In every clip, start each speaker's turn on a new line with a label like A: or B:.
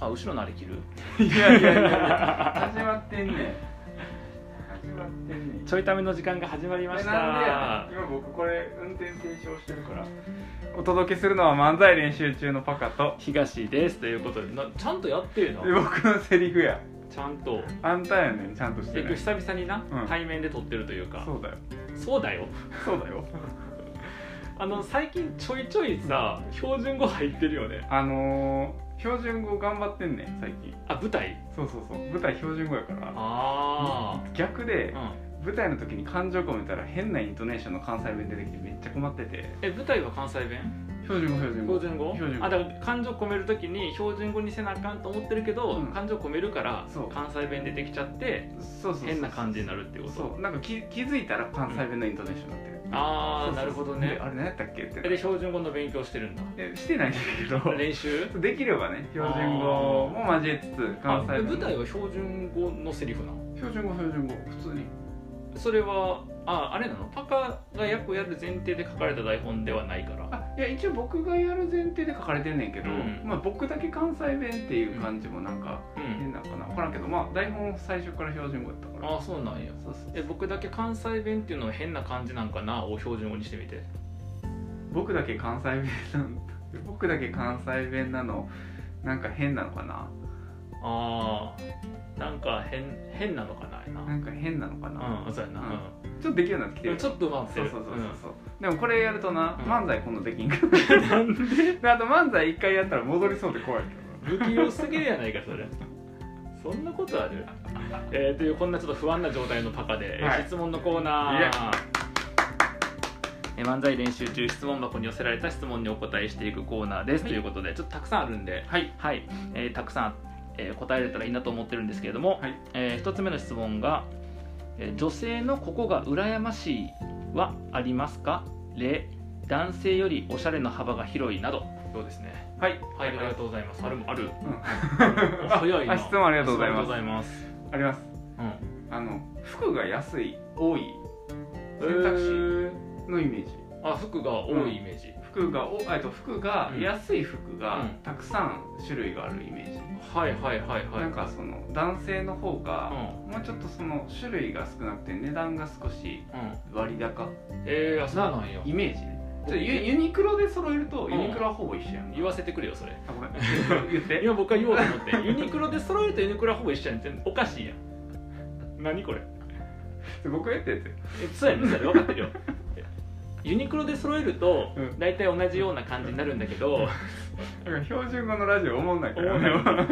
A: あ後ろのあれ切る
B: いやいやいやいや始まってんねん始まってんねん
A: ちょいための時間が始まりまし
B: えなんで
A: た
B: やねん今僕これ運転停止をしてるからお届けするのは漫才練習中のパカと
A: 東ですということでなちゃんとやってるな
B: で僕のセリフや
A: ちゃんと
B: あんたやねんちゃんとし
A: 結
B: てね
A: 局久々にな、
B: うん
A: 対面で撮ってるというか
B: そうだよ
A: そうだよ
B: そうだよ
A: あの最近ちょいちょいさ標準語入ってるよね
B: あのー、標準語頑張ってんねん最近
A: あ舞台
B: そうそうそう舞台標準語やから
A: あ
B: 逆
A: あ、
B: で
A: うん、
B: 舞台の時に感情込めたら変なイントネーションの関西弁出てきてめっちゃ困ってて
A: え舞台は関西弁
B: 標準語標準語
A: 標準語
B: 標準語
A: あだから感情込めるときに標準語にせなあかんと思ってるけど、
B: うん
A: 感情込めるから
B: そう
A: 関西弁出てきちゃって
B: そうそうそう
A: 変な感じになるっていうこと
B: そうなんか気気づいたら関西弁のイントネーションになってる、
A: あ
B: そ
A: あ
B: うそうそう
A: なるほど
B: で
A: ね
B: あれ何やったっけって
A: で標準語の勉強してるんだ
B: でしてないんだけ
A: 練習
B: どできればね標準語も交えつつ関西
A: あで
B: 弁
A: 舞台は標準語のセリフなの
B: 標準語標準語普通に
A: それはああれなのパカが役をやる前提で書かれた台本ではないから
B: あいや一応僕がやる前提で書かれてんねんけど、
A: うん
B: まあ、僕だけ関西弁っていう感じもなんか
A: うん
B: 変なのかな分からんけどまあ台本最初から標準語やったから
A: ああそうなんや
B: そうそう
A: え僕だけ関西弁っていうのは変な感じなんかなを標準語にしてみて
B: 僕だけ関西弁なん僕だけ関西弁なのなんか変なのかな
A: ああなんか変変なのかなやな
B: なんか変なのかな、
A: うんそうやな、
B: うん
A: う
B: ちょっとできるようになってき
A: ん、
B: て
A: で
B: る
A: もちょっと上手
B: そう
A: な
B: そうそうそう
A: っ
B: そう、でもこれやるとな、
A: うん
B: 漫才今度できんか
A: てる、うん、なんで
B: らあと漫才一回やったら戻りそうで怖いけ
A: 不
B: ど
A: 器用すぎるやないかそれそんなことある、えー、というこんなちょっと不安な状態のパカで、えー
B: はい
A: 質問のコー
B: いえ
A: ナーえー漫才練習中質問箱に寄せられた質問にお答えしていくコーナーです、
B: はい
A: ということでちょっとたくさんあるんで、
B: はい
A: はいえーたくさん、えー答えれたらいいなと思ってるんですけれども、
B: はい
A: え1つ目の質問が、えー女性のここが羨ましい」はありますか例男性よりおしゃれの幅が広いなどそうですね
B: はい
A: はい、ありがとうございます。あるある。
B: うん
A: 早いな。
B: あ質問ありがとうござい
A: 質問ありがと
B: ます
A: うございます。
B: あります
A: うん。
B: あの服が安い多い選択肢のイメージ、
A: えーあ、服が多いイメージ。
B: 服がおあえっと服が、
A: うん
B: 安い服
A: う
B: が
A: ん
B: たくさん種類があるイメージ、
A: はいはいはいはい。
B: なんかその男性の方
A: うん。
B: が、もうちょっとその種類が少なくて値段が少し
A: うん。
B: 割高
A: えー、あ、そうなんや。
B: イメージねちょっとユユニクロで揃えるとユニクロはほぼ一緒やん
A: 言わせてくれよ、それ。
B: あごめん 言って
A: 今僕は言おうと思 って、ユニクロで揃えるとユニクロはほぼ一緒やんって。おかしいやん。何これ。
B: 僕が言ってって
A: え、そうやねん、それ分かってるよ。ユニクロで揃えると
B: うん
A: 大体同じような感じになるんだけど、
B: だから標準語のラジオ思んないから
A: 思わ
B: ね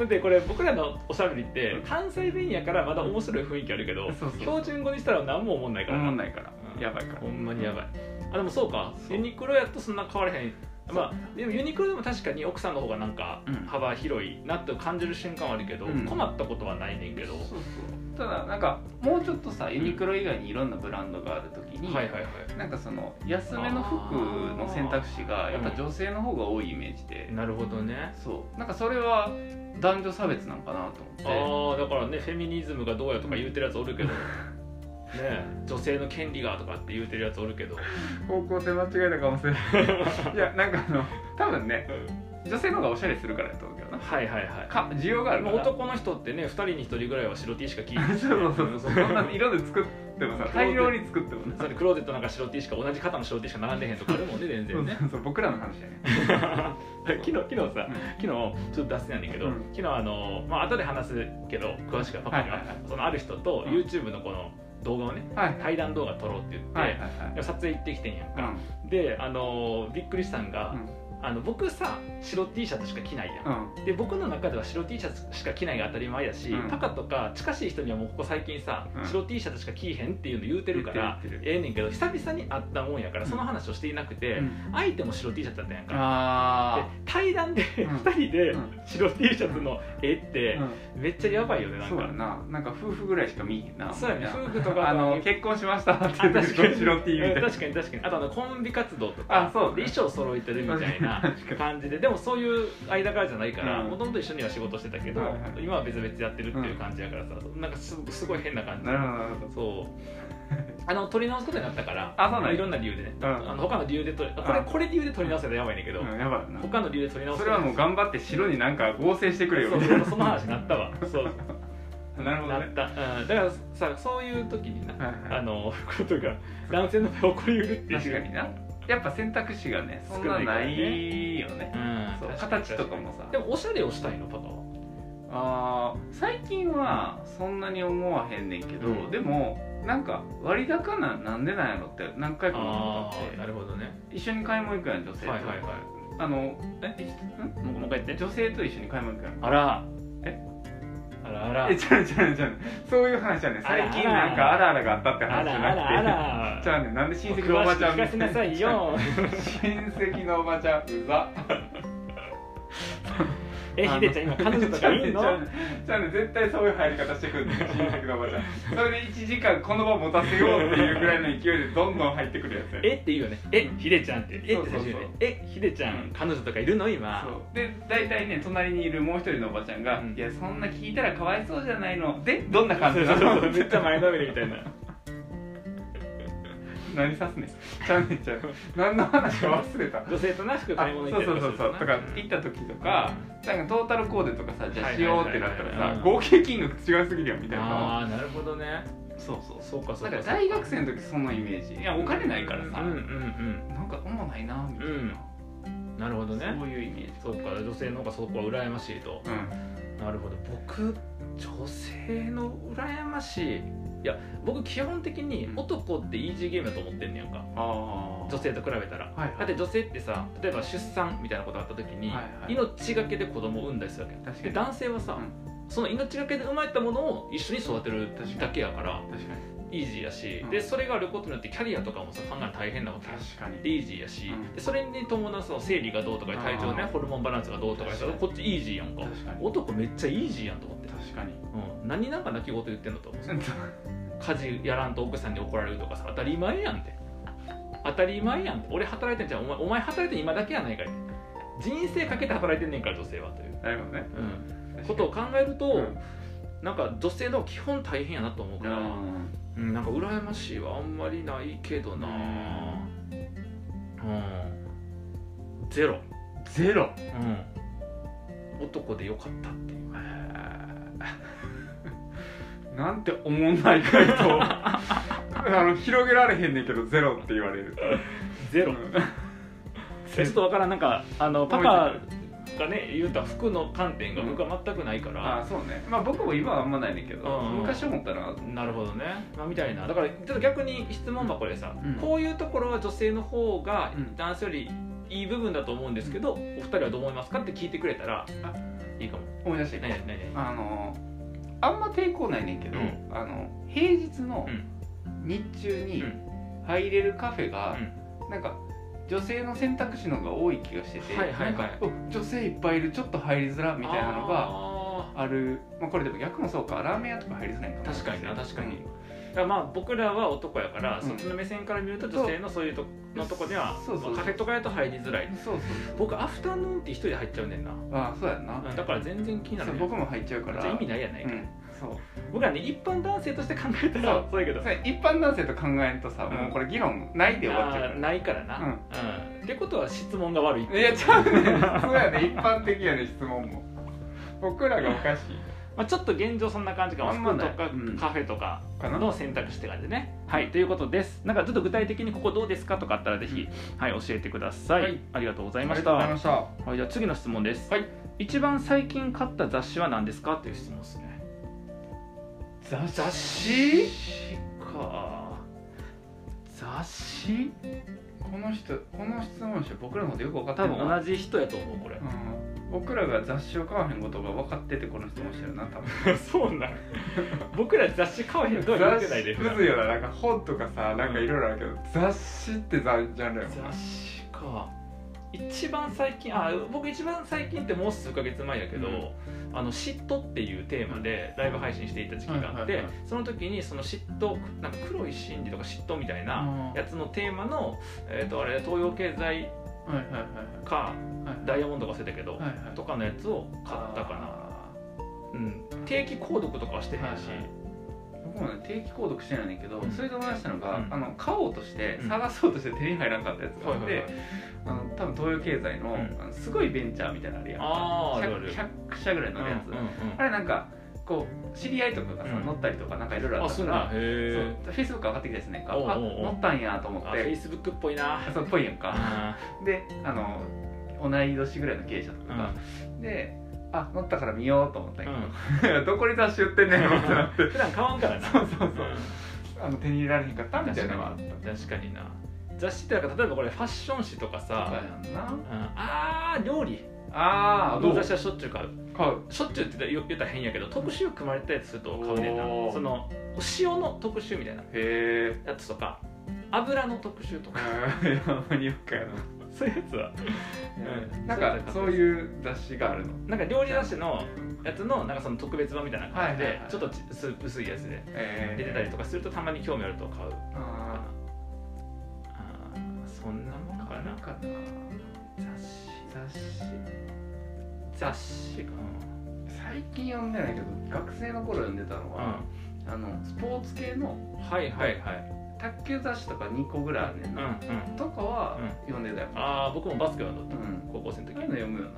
A: だってこれ僕らのおしゃべりって関西弁やからまだ面白い雰囲気あるけど
B: そうそう
A: 標準語にしたら何も思んないから
B: 思
A: なん
B: ないから
A: うん
B: やばいから
A: ほんまにやば
B: い
A: いあでもそうか
B: そう
A: ユニクロやとそんな変わらへん
B: そう
A: まあでもユニクロでも確かに奥さんの方がなんか
B: うん
A: 幅広いなって感じる瞬間はあるけど、
B: うん
A: 困ったことはないねんけど、
B: そうそうただなんかもうちょっとさユニクロ以外にいろんなブランドがあるときに、
A: はいはいはい
B: なんかその安めの服の選択肢がやっぱ女性の方が多いイメージで、
A: なるほどね
B: そうなんかそれは男女差別なんかなと思
A: あ
B: っ
A: あだからねフェミニズムがどうやとか言うてるやつおるけど、ねえ女性の権利がとかって言うてるやつおるけど、
B: て方向で間違えたかもしれな いいやなんかあの多分ね女性の方がおしゃれするからやと思うけどな
A: はいはいはい
B: か需要がある
A: ま
B: か
A: あ
B: ら
A: 男の人ってね2人に1人ぐらいは白 T しか着ない
B: そうそうそうそんなの色で作ってもさ大量に作ってもな
A: それクローゼットなんか白 T しか同じ肩の白 T しか並んでへんとかあるもんね全
B: そう
A: 然ね
B: そうそう僕らの話だね
A: 昨日昨日さ昨日ちょっと脱線やねんけど、
B: うん
A: 昨日あのまあ後で話すけど詳しくはパパには,、
B: はいはいはい
A: そのある人と
B: うん
A: YouTube のこの動画をね
B: はいはい
A: 対談動画撮ろうって言って、
B: はいはいはい
A: で撮影行ってきてんやん
B: う
A: か、
B: ん
A: であのびっくりしたんが、
B: うん
A: あの僕さ白 T シャツしか着ないやん、
B: うん
A: で僕の中では白 T シャツしか着ないが当たり前やし、
B: うん
A: パカとか近しい人にはもうここ最近さ、
B: うん
A: 白 T シャツしか着いへんっていうの言うてるから
B: 言ってる
A: ええねんけど久々に会ったもんやから
B: うん
A: その話をしていなくて、
B: うん
A: 相手も白 T シャツだったんやんか、で
B: あ
A: 対談で
B: ん
A: 2人で
B: うん
A: 白 T シャツの絵っ
B: あ、
A: て
B: うん
A: めっちゃやばいよねなん
B: そうや
A: か
B: ななんか夫婦ぐらいしか見えへんな
A: そうやね
B: みんな
A: 夫婦とか
B: あの
A: 結
B: 結婚しましたって
A: あ
B: 言って
A: 確かに
B: 白 T みたいな
A: 確かに確かにあとあのコンビ活動とか
B: あそう
A: で衣装揃えてるみたいな
B: 確かに
A: 感じででもそういう間柄じゃないから
B: うん
A: もともと一緒には仕事してたけど、
B: はいはい
A: 今は別々やってるっていう感じやからさ、なんかすすごい変な感じ
B: なるほどなるほど
A: そうあの取り直すことになったから
B: あそうなんや
A: いろんな理由でね、
B: うん
A: あの他の理由で取りこれ
B: うん
A: これ理由で取り直せたらやばいねんけど、
B: うんやばいな
A: 他の理由で取り直す
B: それはもう頑張って白になんか合成してくれよ
A: そう
B: みたい
A: そうその話になった わそう
B: な なるほど
A: な
B: ね
A: った、うん、だからさそういう時にな、
B: はいはい
A: あのことが男性の場合起こりうるっていう
B: 確かになやっぱ選択肢がねそんなないよね
A: うん
B: そう
A: 確に
B: 形とかもさ
A: でもおしゃれをしたいのパパは
B: あー最近はそんなに思わへんねんけど、
A: うん
B: でもなんか割高なんなんでなんやろって何回か思ったって
A: なるほどね
B: 一緒に買い物行くやん女性
A: はい
B: と、
A: はいは
B: あの
A: いえ
B: ん
A: もうもう一回言って
B: 女性と一緒に買い物行くやん
A: あら
B: え
A: あらあら
B: えちゃうちゃうちゃうそういう話やねん最近
A: あらあら
B: なんかあらあらがあったって
A: あ
B: 話じゃ
A: らあらあ
B: なく
A: ら
B: て じゃあねんなんで親戚のおばちゃ
A: 詳し
B: ん
A: く聞かせなさいよ
B: 親戚のおばちゃんうざ
A: えひでちゃん今彼女とかいいの
B: じゃあねじゃあね絶対そういう入り方してくるの親戚のおばちゃんそれで1時間この場持たせようっていうぐらいの勢いでどんどん入ってくるやつや
A: えって言うよねえひでちゃんってえって最初言うよね
B: そう
A: えひでちゃん彼女とかいるの今
B: そうで大体ね隣にいるもう一人のおばちゃんが「
A: うん
B: いやそんな聞いたらかわいそうじゃないの」でどんな感
A: そ
B: じ
A: う
B: な
A: そう
B: の
A: そうめっちゃ前のめりみたいな
B: 何指すねんちゃうねんちゃう何の話か忘れた
A: 女性となしく
B: あ
A: 買い物行
B: そ
A: っ
B: う
A: て
B: そうそうそうとか行った時とかなんかトータルコーデとかさじゃあしようってなった
A: はいはいはい
B: ら
A: は
B: さ
A: い
B: 合計金額違いすぎるよみたいな
A: ああーなるほどね
B: そうそう
A: そうかそ
B: だ
A: う
B: か
A: から
B: 大学生の時そのイメージいやお金ないからさ、
A: うんうん
B: なんかおもないなみたい
A: うんなるほど
B: な、
A: ね
B: そういうイメージ
A: そうか女性の方がそこは羨ましいと
B: うん
A: なるほど僕女性の羨ましいいや僕基本的に
B: うん
A: 男ってイージーゲームだと思ってんねやんか
B: あ
A: 女性と比べたら
B: はいはい
A: だって女性ってさ例えば出産みたいなことがあった時に、
B: はいはい
A: 命がけで子供を産んだりするわけ
B: 確か
A: で
B: に
A: 男性はさ、
B: うん
A: その命がけで生まれたものを一緒に育てる
B: 確かに
A: だけやから
B: 確かに
A: イージーやし、
B: うん
A: でそれがあることによってキャリアとかもさ考えるの大変なわけ
B: 確か
A: で
B: に
A: イージーやし、
B: うん
A: でそれに伴うその生理がどうとか体調ね
B: あー
A: ホルモンバランスがどうとかさ
B: 確かに
A: こっちイージーやんか
B: 確かに
A: 男めっちゃイージーやんと思って、
B: 確かに
A: うん、何なんか泣き言言ってんのと思う
B: うん
A: 家事やらんと奥さんに怒られるとかさ当たり前やんって当たり前やんって俺働いてんじゃんお前お前働いてん今だけやないかいって人生かけて働いてんねんから女性はという、
B: なるほどね
A: うん、
B: 確かに
A: ことを考えると、
B: うん
A: なんか女性の基本大変やなと思うから、
B: うん
A: うん、なんか羨ましいはあんまりないけどなうんゼロ、
B: ゼロ
A: うん、男でよかったっていう
B: なんておもんない回 答あの広げられへんねんけどゼロって言われる
A: ゼロ
B: うん
A: ちょっとわからんなんかあのパパ
B: 覚
A: がね言うた服の観点が
B: うん
A: 僕は全くないから、
B: あそうねまあ僕も今はあんまないねんけど、
A: うん
B: 昔思ったら
A: なるほどね、まあ、みたいなだからちょっと逆に質問箱でさ、
B: うん
A: こういうところは女性の方が
B: うん
A: 男性よりいい部分だと思うんですけど、お二人はどう思いますかって聞いてくれたら
B: あ
A: いいかも
B: 思い出して
A: 何々何々
B: あのあんま抵抗ないねんけど、
A: うん
B: あの平日の
A: うん
B: 日中に
A: うん
B: 入れるカフェ
A: う
B: が、
A: ん
B: なんか女性の選択肢の方が多い気がしてて、
A: はいはいはい
B: なんかお女性いっぱいいるちょっと入りづらみたいなのが
A: あ
B: あるまあ、これでも逆もそうかラーメン屋とか入りづらいんか
A: ー
B: な
A: 確かにな確かに、だからまあ僕らは男やから、
B: うん
A: そっちの目線から見ると女性のそういうとこのとこでは
B: そうそうそう
A: まあカフェとかやと入りづらい
B: うんそうそうそう
A: 僕アフタヌーンティー一人で入っちゃうねんな、
B: あそうやんな、
A: だから全然気にな
B: そ
A: る
B: う
A: ね
B: 僕も入っちゃうか
A: じ
B: ら
A: ゃあ意味ないやないか、
B: うんそう
A: 僕はね一般男性として考えた
B: そ
A: ら
B: う
A: そうやけど
B: それ一般男性と考えるとさ、
A: うん
B: もうこれ議論ないで終わっちゃうから
A: あーないからな、
B: うん
A: うんってことは質問が悪いって
B: いやちゃうねそうやね一般的やね質問も僕らがおかしい
A: まあ、ちょっと現状そんな感じかも
B: あんま
A: 服
B: ない
A: とか
B: うん
A: カフェとか
B: かな
A: の選択肢って感じでね、はいということですなんかちょっと具体的にここどうですかとかあったらぜひ、はい、教えてください、
B: はい
A: ありがとうござ
B: あ
A: い
B: り
A: ま
B: が
A: し
B: と
A: た
B: うございました
A: はい、じゃあ次の質問です、
B: はい、
A: 一番最近買った雑誌は何ですかっていう質問ですね
B: 雑
A: 雑誌か雑誌
B: この人この質問者僕らのことよく分かって
A: 多
B: るな
A: 分同じ人やと思うこれ
B: うん、僕らが雑誌を買わへんことが分かっててこの質問してるな多分
A: そうなん僕ら雑誌買わへんとは言ってないで
B: 雑誌むずいよななんか本とかさなんかいろいろあるけど、雑誌ってざジャンルやもんな
A: 雑誌か一番最近あ僕一番最近ってもう数ヶ月前やけど、
B: うん
A: あの嫉妬っていうテーマでライブ配信していた時期があって、
B: はいはいは
A: その時にその嫉妬なんか黒い心理とか嫉妬みたいな
B: あー
A: やつのテーマの、えー、とあれ東洋経済
B: はいはいはい
A: か
B: はい
A: ダイヤモンドが忘れたけど、
B: はいはい
A: とかのやつを買ったかな、うん、定期購読とかはしてへんし、
B: はいはい僕もね定期購読してないねんだけど、
A: うん
B: それで思い出したのが、
A: うん
B: あの買おうとして
A: うん
B: 探そうとして手に入らなかったやつがあって、
A: はい
B: あの多分東洋経済の,、
A: うん
B: あのすごいベンチャーみたいなのあるやん
A: あーあるある
B: 100, 100社ぐらいのやつ、
A: うんうん
B: あれなんかこう知り合いとかがさ、
A: うん
B: 乗ったりとかなんかい
A: う
B: ろい
A: ん
B: ろあ
A: あ
B: った
A: そう
B: か
A: なん
B: ら
A: やへ
B: フェイスブック上がってきたですねんか
A: おうおう
B: あ
A: おう
B: 乗ったんやと思っ
A: えフェイ
B: て
A: スブックっぽいな
B: そうっぽいやんか
A: あ
B: であの同い年ぐらいの経営者と
A: ー
B: か
A: う
B: が
A: ん、
B: であ乗ったから見ようと思ったんや
A: うん
B: け ど、どこに雑誌売ってんねんってなって
A: 普段買わんからな
B: そうそうそうんあの手に入れられへんかったみたいなのがあった
A: 確かにな雑誌ってなんか例えばこれファッション誌とか
B: そうや
A: さ、
B: んな
A: うん、あー料理
B: ああ
A: の
B: どう
A: 雑誌はしょっちゅう買う
B: 買う
A: しょっちゅうって言ったら変やけど特集組まれたやつすると買うねんな
B: おー
A: その塩の特集みたいな
B: へえ
A: やつとか油の特集とか
B: マニアックや
A: そういうやつはうん
B: ななんかそういう雑誌があるの
A: なんか料理雑誌のやつのなんかその特別版みたいな感じ
B: はいは
A: で
B: いはい
A: ちょっとち薄薄いやつで
B: え
A: 出てたりとかするとたまに興味あると買うかな
B: あ
A: あーそんなもん
B: あ
A: かな
B: かな
A: 雑誌
B: 雑誌
A: 雑誌か
B: 最近読んでないけど学生の頃読んでたの
A: な
B: は、あのスポーツ系の
A: うんはいはいはい
B: 卓球雑誌とか2個ぐらいあるね
A: うんんう
B: な、
A: ん
B: とかは
A: うん
B: 読んでたよ、
A: ああ僕もバスケはだっ
B: う
A: た
B: ん、
A: 高校生の時
B: ああいううの読むよな、
A: ん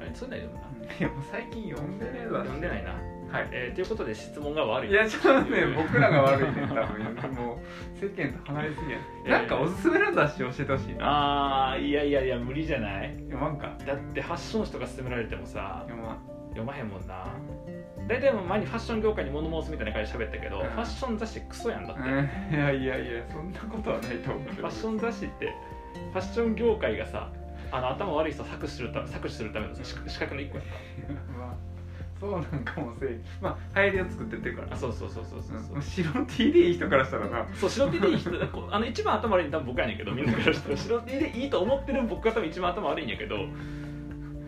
A: あれそういうの読むない
B: やもう最近読んでねえだ
A: 読んでないな
B: はい
A: えーということで質問が悪い
B: いやちょっとね僕らが悪いね多分もう世間と離れすぎや、
A: えー
B: なんかおすすめの雑誌教えてほしいな
A: あーいやいやいや無理じゃない
B: 読まんか
A: だってファッション誌とか勧められてもさ
B: 読まん
A: 読まへんもんな大体もう前にファッション業界に物申すみたいな会で喋ったけど、
B: うん
A: ファッション雑誌クソやんだって、
B: うんいやいやいやそんなことはないと思うけ
A: フ
B: ど
A: ァッション雑誌ってファッション業界がさあの頭悪い人を搾取するため搾取するためのさ資格資格の一個やんか
B: まあそうなんかもせいまあ流行りを作ってってるから
A: あそうそうそうそうそうそう
B: うん白 T でいい人からしたらな
A: そう白 T でいい人こうあの一番頭悪いの多分僕やねんけどみんなからしたら白 T でいいと思ってる僕が多分一番頭悪いんやけど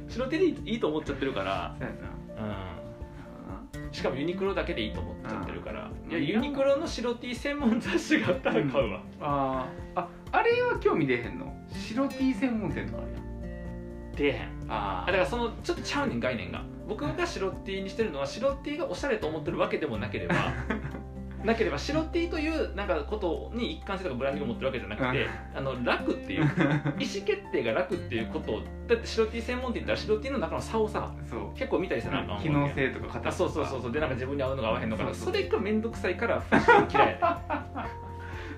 A: 白 T でいいと思っちゃってるから、
B: そうや
A: うん、しかもユニクロだけでいいと思っちゃってるから
B: うん
A: いやユニクロの白 T 専門雑誌があったら買うわ、
B: なあーああれは興味出へんの白 T 専門店とかあるやん
A: 出えへんあ
B: あ
A: だからそのちょっとちゃうねん概念が僕が白 T にしてるのは白 T がおしゃれと思ってるわけでもなけ ればなければ白 T というなんかことに一貫性とかブランディングを持ってるわけじゃなくてあの楽っていう意思決定が楽っていうことをだって白 T 専門店って言ったら白 T の中の差をさ
B: そう
A: 結構見たりせなあかんわ
B: 機
A: けやん
B: 能性とか形とか
A: あそうそうそうそうでなんか自分に合うのが合わへんのかな
B: そう
A: そ
B: そう
A: れが面倒くさいからファッション嫌 いやねん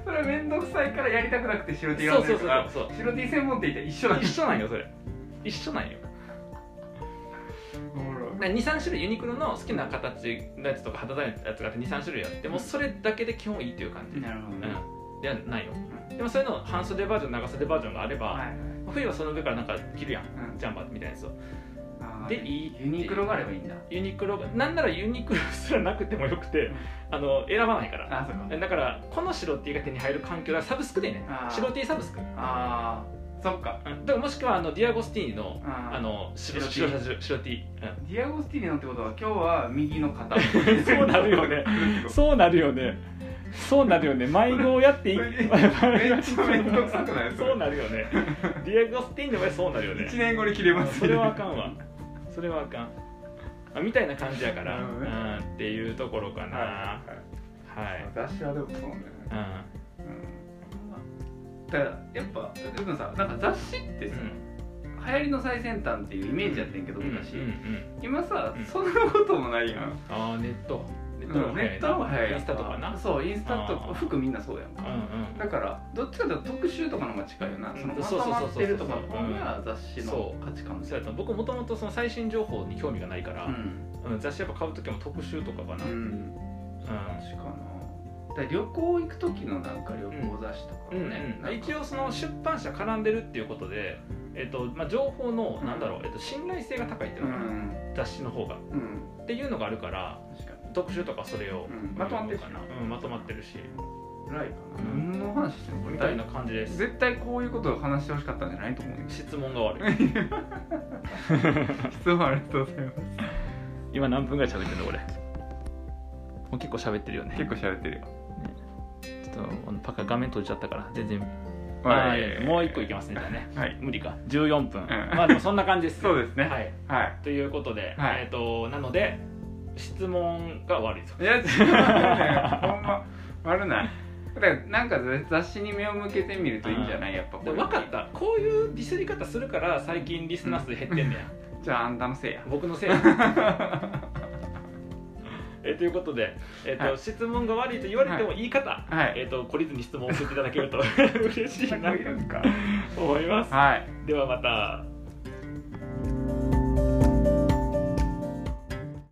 B: それ面倒くさいからやりたくなくて白 T
A: そ
B: 選
A: うんそう
B: でる
A: そ
B: か
A: う
B: ら
A: そう
B: 白 T 専門店って一緒だ
A: 一緒なんよそれ一緒なんよ
B: おもろい
A: 23種類ユニクロの好きな形のやつとか肌触りのやつがあって23種類あってもうそれだけで基本いいっていう感じ、うん、
B: なるほどね
A: ではないよでもそういうの半袖バージョン長袖バージョンがあれば、
B: はいはい
A: 冬はその上からなんか着るやん
B: うん
A: ジャンバーみたいなやつを
B: あー
A: でいいってい
B: ユ
A: う
B: ニクロがあればいいんだ
A: ユニクロがなんならユニクロすらなくてもよくて
B: うん
A: あの選ばないから
B: あそうか
A: だからこの白 T が手に入る環境がサブスクでね
B: あー
A: 白 T サブスク
B: あーそっか
A: うんだからもしくはあのディアゴスティーニの
B: あー
A: あの白白
B: 白 T
A: 白白 T、うん
B: ディアゴスティーニのってことは今日は右の肩
A: そうなるよ ねそうなるよね。そうなるよね。迷子をやってい
B: めっちゃ面倒くさくないそれ
A: そうなるよね。ディアゴスティーンの場合そうなるよね
B: 1。年後に切れます
A: それはあかんわ。それはあかん。あみたいな感じやから、
B: なるほどね
A: うんっていうところかな。
B: は
A: はい
B: はい雑誌はでもそうね
A: い。うん
B: うんだからやっぱでもさなんか雑誌ってさ、
A: うん
B: 流行りの最先端っていうイメージやってんけど
A: うんうん
B: 昔、
A: うん
B: 今さ、
A: うん
B: そんなこともないやん
A: ああネットネ
B: ネ
A: ットの方が
B: ッ
A: 早いな
B: トの方が早いやん
A: インスタとかな
B: そうインスタと
A: あ
B: か
A: ー
B: 服みんなそうやんか
A: うん
B: だからどっちかというと特集とかの方が近いよな
A: うん
B: そのま
A: そうそ
B: と
A: うそう
B: ま
A: そう
B: ってるとかの方が雑誌の
A: そう
B: 価値観
A: うん
B: も
A: そうやった僕もともとその最新情報に興味がないから、
B: うん、
A: うん雑誌やっぱ買う時も特集とかかな、
B: う
A: うん
B: ん、確かなだから旅行行く時のなんか旅行雑誌とか
A: う
B: も
A: ん
B: ね、
A: うん、一
B: 応
A: 応その出版社絡んでるっていうことで、えっとまあ、情報の
B: うん
A: なんだろう、えっと、信頼性が高いっていううのかな、
B: ん
A: 雑誌の方が
B: うん
A: っていうのがあるから
B: 確か
A: 特集とかそれを、
B: うんまとまってるし
A: かな、うん、まとまってるし
B: にぐらいかな
A: うん
B: 何の話してんのこれ
A: みたいな感じです
B: 絶対こういうことを話してほしかったんじゃないと思うね
A: 質問が悪い
B: 質問ありがとうございます
A: 今何分ぐらい喋ってるのこれもう結構喋ってるよね
B: 結構喋ってるよ
A: ちょっとあのパカ画面閉じちゃったから全然
B: は
A: あ
B: い
A: ーもう一個いけますねじゃあね
B: はい
A: 無理か14分、
B: ん
A: まあでもそんな感じです
B: そうですね
A: はい
B: はい
A: ということで、
B: はい
A: えっ、となので質問が悪いと
B: いや違うねほんま悪ないだからなんか雑誌に目を向けてみるといいんじゃないやっぱこ
A: で
B: れ
A: 分かったこういうディスり方するから最近リスナー数減ってんねや
B: じゃああんたのせいや
A: 僕のせい えということで、えっと
B: はい
A: 質問が悪いと言われてもいい方、
B: はい
A: えっと懲りずに 質問を送っていただけると嬉しいなと
B: か
A: 思います
B: はい
A: ではまた。